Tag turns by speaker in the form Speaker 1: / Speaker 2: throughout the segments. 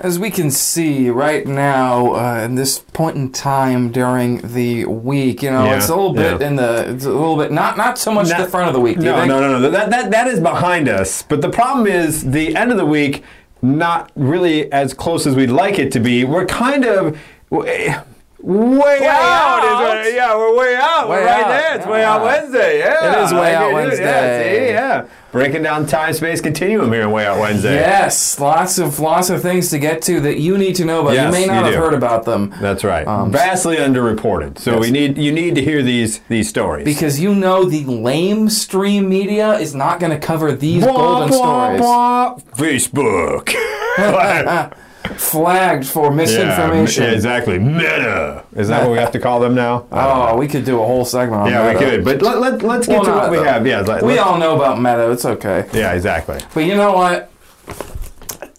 Speaker 1: As we can see right now, uh, in this point in time during the week, you know,
Speaker 2: Yeah,
Speaker 1: it's a little bit
Speaker 2: yeah.
Speaker 1: in the, it's a little bit, not not so much
Speaker 2: Not-
Speaker 1: the front of the week. do you
Speaker 2: No,
Speaker 1: think?
Speaker 2: no, no, no. That, that, that is behind us. But the problem is the end of the week, not really as close as we'd like it to be. We're kind of way, way out. is what-
Speaker 1: out?
Speaker 2: yeah, we're way out.
Speaker 1: Way
Speaker 2: we're right
Speaker 1: out,
Speaker 2: there. It's way out
Speaker 1: yeah.
Speaker 2: Wednesday. Yeah.
Speaker 1: It is Way
Speaker 2: I
Speaker 1: Out
Speaker 2: can do it. Yeah,
Speaker 1: Wednesday.
Speaker 2: see, yeah. Breaking down time space continuum here in Way Out Wednesday.
Speaker 1: Yes, lots of lots of things to get to that you need to know about.
Speaker 2: Yes,
Speaker 1: you may
Speaker 2: you
Speaker 1: not have
Speaker 2: do.
Speaker 1: heard about them.
Speaker 2: That's right.
Speaker 1: Um,
Speaker 2: Vastly underreported. So we need you need to hear these these stories.
Speaker 1: because you know the lame stream media is not going to cover these golden stories.
Speaker 2: Facebook.
Speaker 1: Flagged for misinformation.
Speaker 2: Yeah, exactly. Meta. Is that what we have to call them now?
Speaker 1: Oh, we could do a whole segment on
Speaker 2: yeah,
Speaker 1: Meta.
Speaker 2: we could. But let, let, let's get
Speaker 1: Well,
Speaker 2: to
Speaker 1: not,
Speaker 2: what we
Speaker 1: though.
Speaker 2: have. Yeah, let,
Speaker 1: We
Speaker 2: let-
Speaker 1: all know about Meta. It's okay.
Speaker 2: yeah, exactly.
Speaker 1: But you know what?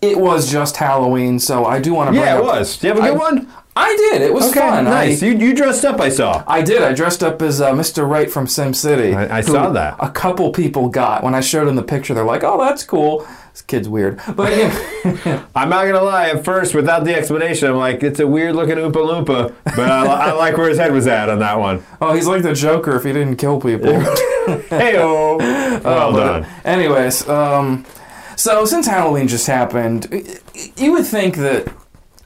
Speaker 1: It was just Halloween, so I do want to.
Speaker 2: Yeah,
Speaker 1: bring
Speaker 2: it
Speaker 1: up-
Speaker 2: was. Do you have a good
Speaker 1: I-
Speaker 2: one?
Speaker 1: I did. It was
Speaker 2: Okay,
Speaker 1: fun.
Speaker 2: nice.
Speaker 1: I,
Speaker 2: you, you dressed up, I saw.
Speaker 1: I did. I dressed up as uh, Mr. Wright from SimCity.
Speaker 2: I- I
Speaker 1: who
Speaker 2: saw that.
Speaker 1: A couple people got when I showed them the picture. They're like, "Oh, that's cool." This kid's weird, but yeah,
Speaker 2: I'm not going to lie. At first, without the explanation, I'm like, it's a weird looking Oompa Loompa. But I, li- I like where his head was at on that one.
Speaker 1: oh, he's like the Joker if he didn't kill people.
Speaker 2: Hey, oh. Well done.
Speaker 1: Anyways, um, so since Halloween just happened, y- y- you would think that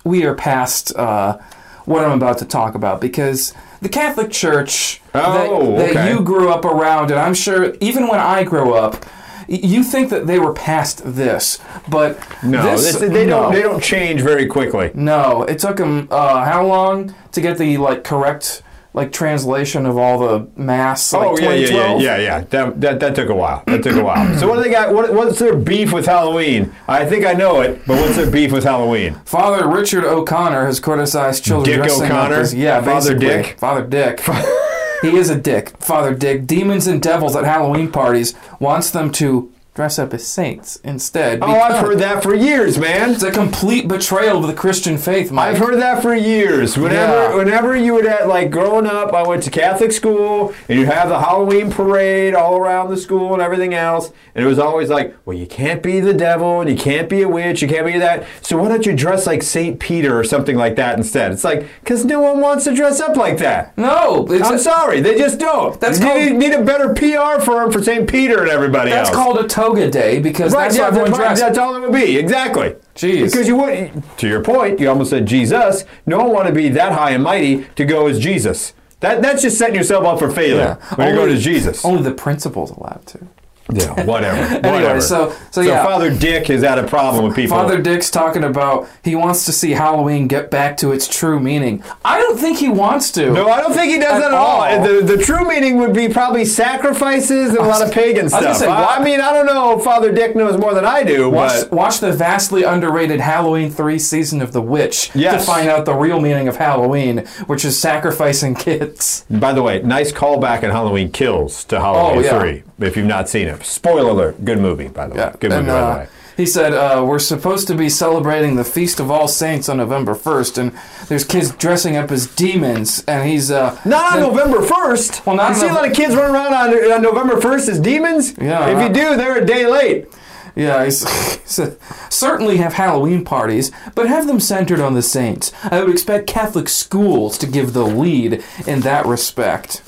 Speaker 1: we are past uh, what I'm about to talk about because the Catholic Church that,
Speaker 2: Oh,
Speaker 1: that
Speaker 2: okay.
Speaker 1: you grew up around, and I'm sure even when I grew up, y- you think that they were past this, but
Speaker 2: No,
Speaker 1: this,
Speaker 2: this, they,
Speaker 1: no.
Speaker 2: don't, they don't change very quickly.
Speaker 1: No, it took him uh, how long to get the like correct like translation of all the mass? Like
Speaker 2: oh yeah, yeah, yeah,
Speaker 1: 2012?
Speaker 2: yeah, yeah. That, that that took a while. That took a while. So what do they got? What, what's their beef with Halloween? I think I know it, but what's their beef with Halloween?
Speaker 1: Father Richard O'Connor has criticized children
Speaker 2: Dick
Speaker 1: dressing
Speaker 2: O'Connor?
Speaker 1: up as yeah,
Speaker 2: Father
Speaker 1: basically.
Speaker 2: Dick?
Speaker 1: Father Dick. he is a dick. Father Dick. Demons and devils at Halloween parties wants them to dress up as saints instead.
Speaker 2: Oh, I've heard that for years, man.
Speaker 1: It's a complete betrayal of the Christian faith, Mike.
Speaker 2: I've heard that for years. Whenever,
Speaker 1: Yeah.
Speaker 2: whenever you would at like growing up, I went to Catholic school, and you have the Halloween parade all around the school and everything else, and it was always like, well, you can't be the devil, and you can't be a witch, you can't be that. So why don't you dress like Saint Peter or something like that instead? It's like because no one wants to dress up like that.
Speaker 1: no, it's
Speaker 2: I'm sorry, they just don't.
Speaker 1: That's
Speaker 2: you
Speaker 1: called-
Speaker 2: need, need a better PR firm for St. Peter and everybody
Speaker 1: that's
Speaker 2: else.
Speaker 1: called a toga day because
Speaker 2: right,
Speaker 1: that's
Speaker 2: yeah,
Speaker 1: how everyone
Speaker 2: that's, right,
Speaker 1: dressed.
Speaker 2: that's all it would be, exactly.
Speaker 1: Jeez.
Speaker 2: Because you wouldn't, to your point, you almost said Jesus. No one want to be that high and mighty to go as Jesus. That, that's just setting yourself up for failure
Speaker 1: Yeah.
Speaker 2: when you go
Speaker 1: Only-
Speaker 2: to Jesus.
Speaker 1: Only the principal's allowed to.
Speaker 2: yeah, whatever. whatever.
Speaker 1: Anyway, so so yeah.
Speaker 2: Father Dick has had a problem with people.
Speaker 1: Father Dick's talking about he wants to see Halloween get back to its true meaning. I don't think he wants to.
Speaker 2: no, I don't think he does
Speaker 1: At
Speaker 2: that at all.
Speaker 1: all.
Speaker 2: The, the true meaning would be probably sacrifices and a lot of pagan
Speaker 1: I was gonna
Speaker 2: stuff.
Speaker 1: say, why-
Speaker 2: I, I mean, I don't know. if Father Dick knows more than I do,
Speaker 1: Watch,
Speaker 2: but
Speaker 1: watch the vastly underrated Halloween 3 season of The Witch to
Speaker 2: Yes.
Speaker 1: find out the real meaning of Halloween, which is sacrificing kids.
Speaker 2: By the way, nice callback in Halloween Kills to Halloween
Speaker 1: Oh, yeah.
Speaker 2: 3, if you've not seen it. Spoiler alert, good movie, by the way. Good movie,
Speaker 1: And,
Speaker 2: by
Speaker 1: uh,
Speaker 2: the way.
Speaker 1: He said, uh, We're supposed to be celebrating the Feast of All Saints on November 1st, and there's kids dressing up as demons, and he's. Uh,
Speaker 2: Not on
Speaker 1: then-
Speaker 2: November 1st.
Speaker 1: Well, not
Speaker 2: you
Speaker 1: on
Speaker 2: see a
Speaker 1: Nov-
Speaker 2: lot of kids running around on, on November 1st as demons?
Speaker 1: Yeah.
Speaker 2: If you do, they're a day late.
Speaker 1: Yeah, he's, he said, certainly have Halloween parties, but have them centered on the saints. I would expect Catholic schools to give the lead in that respect.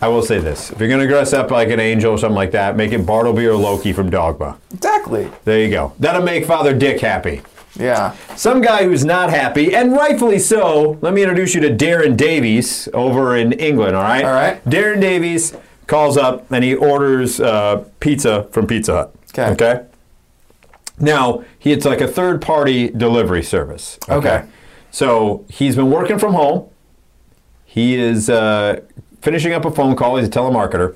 Speaker 2: I will say this. If you're going to dress up like an angel or something like that, make it Bartleby or Loki from Dogma.
Speaker 1: Exactly.
Speaker 2: There you go. That'll make Father Dick happy.
Speaker 1: Yeah.
Speaker 2: Some guy who's not happy, and rightfully so. Let me introduce you to Darren Davies over in England. All right.
Speaker 1: All right.
Speaker 2: Darren Davies calls up and he orders uh, pizza from Pizza Hut.
Speaker 1: 'Kay.
Speaker 2: Okay. Now he it's like a third party delivery service.
Speaker 1: Okay.
Speaker 2: So he's been working from home. He is uh, finishing up a phone call. He's a telemarketer,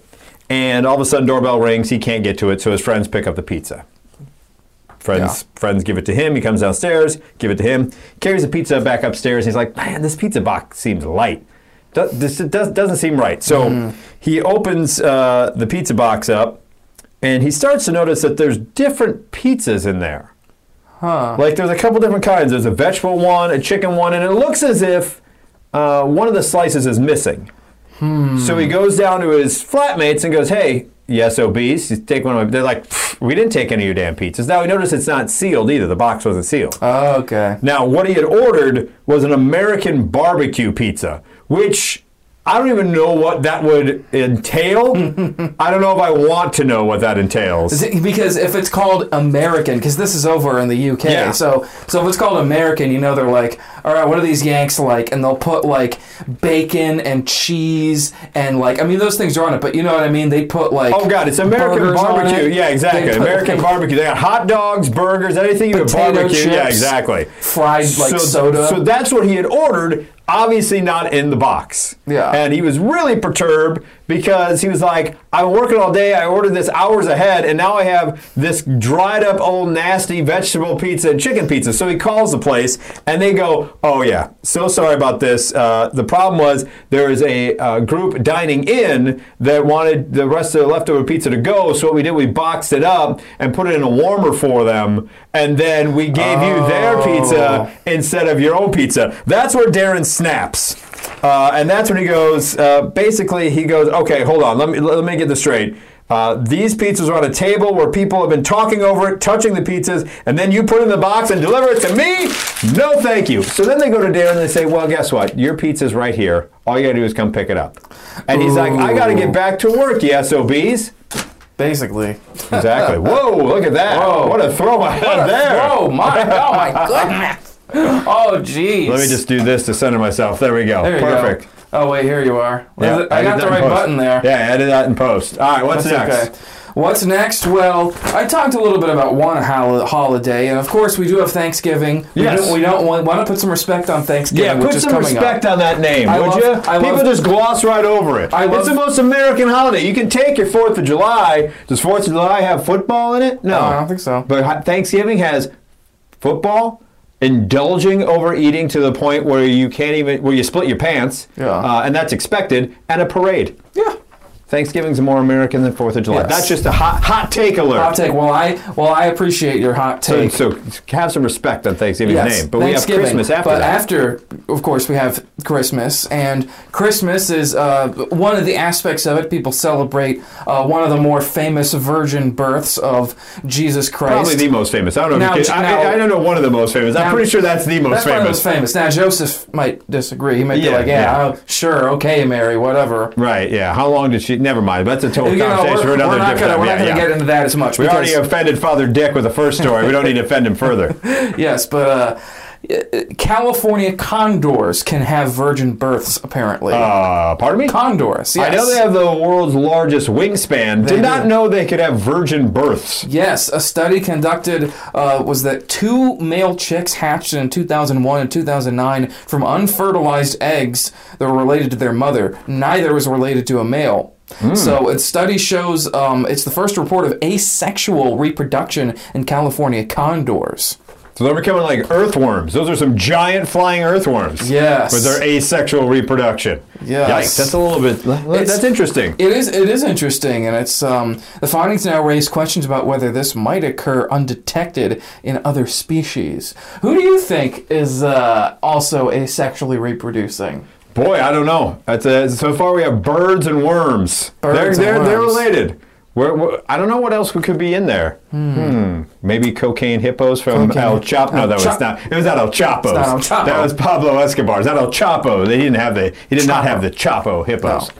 Speaker 2: and all of a sudden doorbell rings. He can't get to it, so his friends pick up the pizza. Friends, friends give it to him. He comes downstairs, give it to him, carries the pizza back upstairs. And he's like, man, this pizza box seems light. Do- This it does, doesn't seem right. So he opens uh, the pizza box up, and he starts to notice that there's different pizzas in there.
Speaker 1: Huh.
Speaker 2: Like there's a couple different kinds. There's a vegetable one, a chicken one, and it looks as if
Speaker 1: Hmm.
Speaker 2: uh, one of the slices is missing. So he goes down to his flatmates and goes, "Hey, the SOBs. You take one of my, they're like, "Pfft, we didn't take any of your damn pizzas. Now, notice it's not sealed either. The box wasn't sealed.
Speaker 1: Oh, okay.
Speaker 2: Now, what he had ordered was an American barbecue pizza, which I don't even know what that would entail. I don't know if I want to know what that entails.
Speaker 1: Is it- Because if it's called American, because this is over in the UK,
Speaker 2: Yeah.
Speaker 1: so so if it's called American, you know they're like, all right, what are these Yanks like? And they'll put like bacon and cheese and like, I mean, those things are on it, but you know what I mean? They put like,
Speaker 2: Oh God, it's American
Speaker 1: burgers on
Speaker 2: barbecue.
Speaker 1: it.
Speaker 2: Yeah, exactly.
Speaker 1: They put,
Speaker 2: American
Speaker 1: like,
Speaker 2: barbecue. They got hot dogs, burgers, anything you could
Speaker 1: Potato
Speaker 2: barbecue. Yeah,
Speaker 1: chips.
Speaker 2: exactly.
Speaker 1: fried like soda.
Speaker 2: So that's what he had ordered, obviously not in the box.
Speaker 1: Yeah.
Speaker 2: And he was really perturbed because he was like, I've been working all day, I ordered this hours ahead, and now I have this dried up old nasty vegetable pizza and chicken pizza. So he calls the place and they go, Oh, yeah, so sorry about this. Uh, the problem was there is a uh, group dining in that wanted the rest of the leftover pizza to go. So what we did, we boxed it up and put it in a warmer for them. And then we gave you their pizza instead of your own pizza. That's where Darren snaps. Uh, and that's when he goes, uh, basically, he goes, okay, hold on, let me, let me get this straight. Uh, these pizzas are on a table where people have been talking over it, touching the pizzas, and then you put it in the box and deliver it to me? No, thank you. So then they go to Darren and they say, well, guess what? Your pizza's right here. All you gotta do is come pick it up. And he's like, I gotta get back to work, you SOBs.
Speaker 1: Basically.
Speaker 2: Exactly. Whoa, look at that.
Speaker 1: Whoa.
Speaker 2: What a throw I had there.
Speaker 1: Oh my! Oh my goodness! Oh jeez!
Speaker 2: Let me just do this to center myself. There we go.
Speaker 1: There you go.
Speaker 2: Perfect.
Speaker 1: Oh wait, here you are.
Speaker 2: Yeah,
Speaker 1: I
Speaker 2: edit
Speaker 1: got the
Speaker 2: that in
Speaker 1: right
Speaker 2: post.
Speaker 1: button there.
Speaker 2: Yeah, edit that in post. All right, what's next?
Speaker 1: Okay. What's next? Well, I talked a little bit about one hol- holiday, and of course we do have Thanksgiving. We
Speaker 2: Yes.
Speaker 1: don't, we don't want, want to put some respect on Thanksgiving,
Speaker 2: Yeah,
Speaker 1: which
Speaker 2: put
Speaker 1: is
Speaker 2: some
Speaker 1: coming
Speaker 2: respect
Speaker 1: up.
Speaker 2: on that name,
Speaker 1: I
Speaker 2: would
Speaker 1: love-
Speaker 2: you?
Speaker 1: I
Speaker 2: People
Speaker 1: love-
Speaker 2: just gloss right over it.
Speaker 1: I love-
Speaker 2: it's the most American holiday. You can take your Fourth of July. Does Fourth of July have football in it? No,
Speaker 1: No, Uh, I don't think so.
Speaker 2: But ha- Thanksgiving has football, indulging overeating to the point where you can't even where you split your pants.
Speaker 1: Yeah.
Speaker 2: uh, and that's expected, and a parade.
Speaker 1: Yeah.
Speaker 2: Thanksgiving's more American than Fourth of July.
Speaker 1: Yes.
Speaker 2: That's just a hot hot take alert.
Speaker 1: Hot take. Well, I well I appreciate your hot
Speaker 2: So,
Speaker 1: take.
Speaker 2: so have some respect on Thanksgiving's
Speaker 1: Yes,
Speaker 2: name, but we have
Speaker 1: Thanksgiving.
Speaker 2: Christmas after
Speaker 1: But
Speaker 2: that.
Speaker 1: after, of course, we have Christmas, and Christmas is uh, one of the aspects of it. People celebrate uh, one of the more famous virgin births of Jesus Christ.
Speaker 2: Probably the most famous. I don't know.
Speaker 1: Now-
Speaker 2: if you can- I, I- I don't know one of the most famous. I'm
Speaker 1: Now-
Speaker 2: pretty sure that's the most
Speaker 1: That's one of
Speaker 2: famous.
Speaker 1: those famous. Now Joseph might disagree. He might be
Speaker 2: Yeah,
Speaker 1: like, "Yeah,
Speaker 2: yeah.
Speaker 1: oh, sure, okay, Mary, whatever."
Speaker 2: Right? Yeah. How long did she? Never mind. That's a total
Speaker 1: You know,
Speaker 2: conversation for
Speaker 1: we're,
Speaker 2: another
Speaker 1: we're not
Speaker 2: different
Speaker 1: gonna, we're
Speaker 2: time.
Speaker 1: not gonna
Speaker 2: Yeah, yeah.
Speaker 1: get into that as much.
Speaker 2: We already
Speaker 1: because-
Speaker 2: offended Father Dick with the first story. We don't need to offend him further.
Speaker 1: yes, but uh, California condors can have virgin births apparently.
Speaker 2: Uh, pardon me.
Speaker 1: condors. Yes.
Speaker 2: I know they have the world's largest wingspan. Did
Speaker 1: They
Speaker 2: not
Speaker 1: do.
Speaker 2: know they could have virgin births.
Speaker 1: Yes, a study conducted uh, was that two male chicks hatched in 2001 and 2009 from unfertilized eggs that were related to their mother. Neither was related to a male. So, a study shows um, it's the first report of asexual reproduction in California condors.
Speaker 2: So they're becoming like earthworms. Those are some giant flying earthworms.
Speaker 1: Yes.
Speaker 2: With their asexual reproduction.
Speaker 1: Yes.
Speaker 2: Yikes. That's a little bit. That's interesting.
Speaker 1: It is. It is interesting, and it's um, the findings now raise questions about whether this might occur undetected in other species. Who do you think is uh, also asexually reproducing?
Speaker 2: Boy, I don't know. That's a, so far we have birds and worms. they're,
Speaker 1: Birds and
Speaker 2: they're, they're
Speaker 1: worms.
Speaker 2: related. We're, we're- I don't know what else we could be in there. Hmm. Maybe cocaine hippos from
Speaker 1: Cocaine
Speaker 2: El
Speaker 1: hip-
Speaker 2: Chapo. No,
Speaker 1: El
Speaker 2: that was
Speaker 1: Chap-
Speaker 2: not. It was not El Chapo's.
Speaker 1: not El Chapo.
Speaker 2: That was Pablo Escobar's. Not El Chapo. They didn't have the. He did not
Speaker 1: Chapo.
Speaker 2: have the Chapo hippos.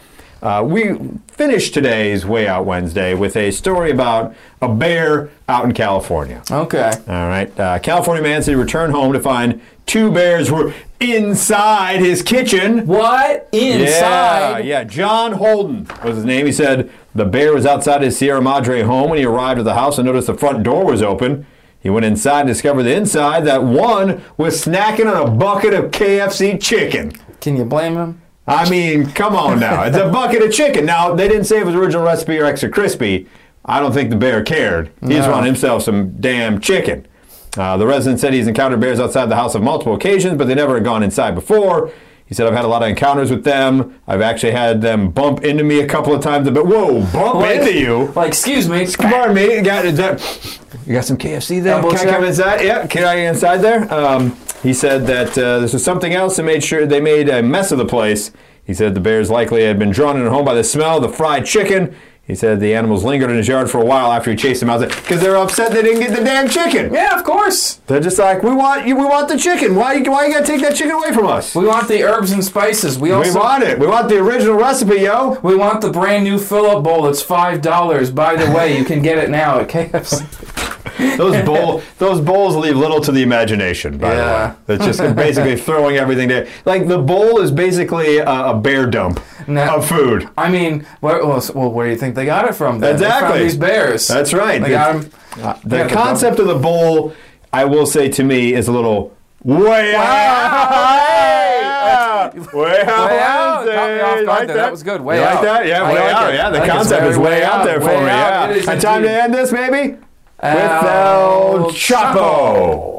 Speaker 2: Uh, we finished today's Way Out Wednesday with a story about a bear out in California.
Speaker 1: Okay.
Speaker 2: All right. Uh, California man said he returned home to find two bears were inside his kitchen.
Speaker 1: What inside?
Speaker 2: Yeah, yeah. John Holden was his name. He said the bear was outside his Sierra Madre home when he arrived at the house and noticed the front door was open. He went inside and discovered the inside that one was snacking on a bucket of KFC chicken.
Speaker 1: Can you blame him?
Speaker 2: I mean, come on now. It's a bucket of chicken. Now, they didn't say it was original recipe or extra crispy. I don't think the bear cared. He just
Speaker 1: No.
Speaker 2: wanted himself some damn chicken. Uh, the resident said he's encountered bears outside the house on multiple occasions, but they never had gone inside before. He said, I've had a lot of encounters with them. I've actually had them bump into me a couple of times. But whoa, bump into you?
Speaker 1: Like, excuse me.
Speaker 2: Come on, mate. You got, is that, you got some KFC there?
Speaker 1: Double
Speaker 2: Can I come
Speaker 1: check.
Speaker 2: inside? Yeah, can I get inside there? Um, he said that uh, this was something else that made sure they made a mess of the place. He said the Bears likely had been drawn in home by the smell of the fried chicken. He said the animals lingered in his yard for a while after he chased them out because they're upset they didn't get the damn chicken.
Speaker 1: Yeah, of course.
Speaker 2: They're just like, we want you, we want the chicken. Why, why you gotta take that chicken away from us? We
Speaker 1: We want the herbs and spices. We also
Speaker 2: want it. We want the original recipe, yo.
Speaker 1: We want the brand new fill-up bowl that's five dollars. By the way, you can get it now at KFC.
Speaker 2: Those bowl, those bowls leave little to the imagination. By
Speaker 1: Yeah.
Speaker 2: the way, it's just basically throwing everything there. Like the bowl is basically a, a bear dump
Speaker 1: No.
Speaker 2: of food.
Speaker 1: I mean, where, well, s- well, where do you think they got it from? Then? They found
Speaker 2: Exactly.
Speaker 1: these bears.
Speaker 2: That's right.
Speaker 1: They got 'em-
Speaker 2: The
Speaker 1: Yeah, the
Speaker 2: concept of the bowl, I will say to me, is a little way out. Way out.
Speaker 1: Way out. Caught
Speaker 2: Wednesday.
Speaker 1: me off guard
Speaker 2: Like
Speaker 1: there. That was good. Way
Speaker 2: You
Speaker 1: out.
Speaker 2: Like that? Yeah,
Speaker 1: I
Speaker 2: way
Speaker 1: like
Speaker 2: out.
Speaker 1: it.
Speaker 2: Yeah,
Speaker 1: I
Speaker 2: the
Speaker 1: think it's
Speaker 2: concept
Speaker 1: very
Speaker 2: is way
Speaker 1: way
Speaker 2: out
Speaker 1: out.
Speaker 2: there for
Speaker 1: Way
Speaker 2: me.
Speaker 1: out.
Speaker 2: Yeah.
Speaker 1: It is
Speaker 2: And time to
Speaker 1: indeed.
Speaker 2: end this, maybe? With
Speaker 1: El
Speaker 2: El Chapo.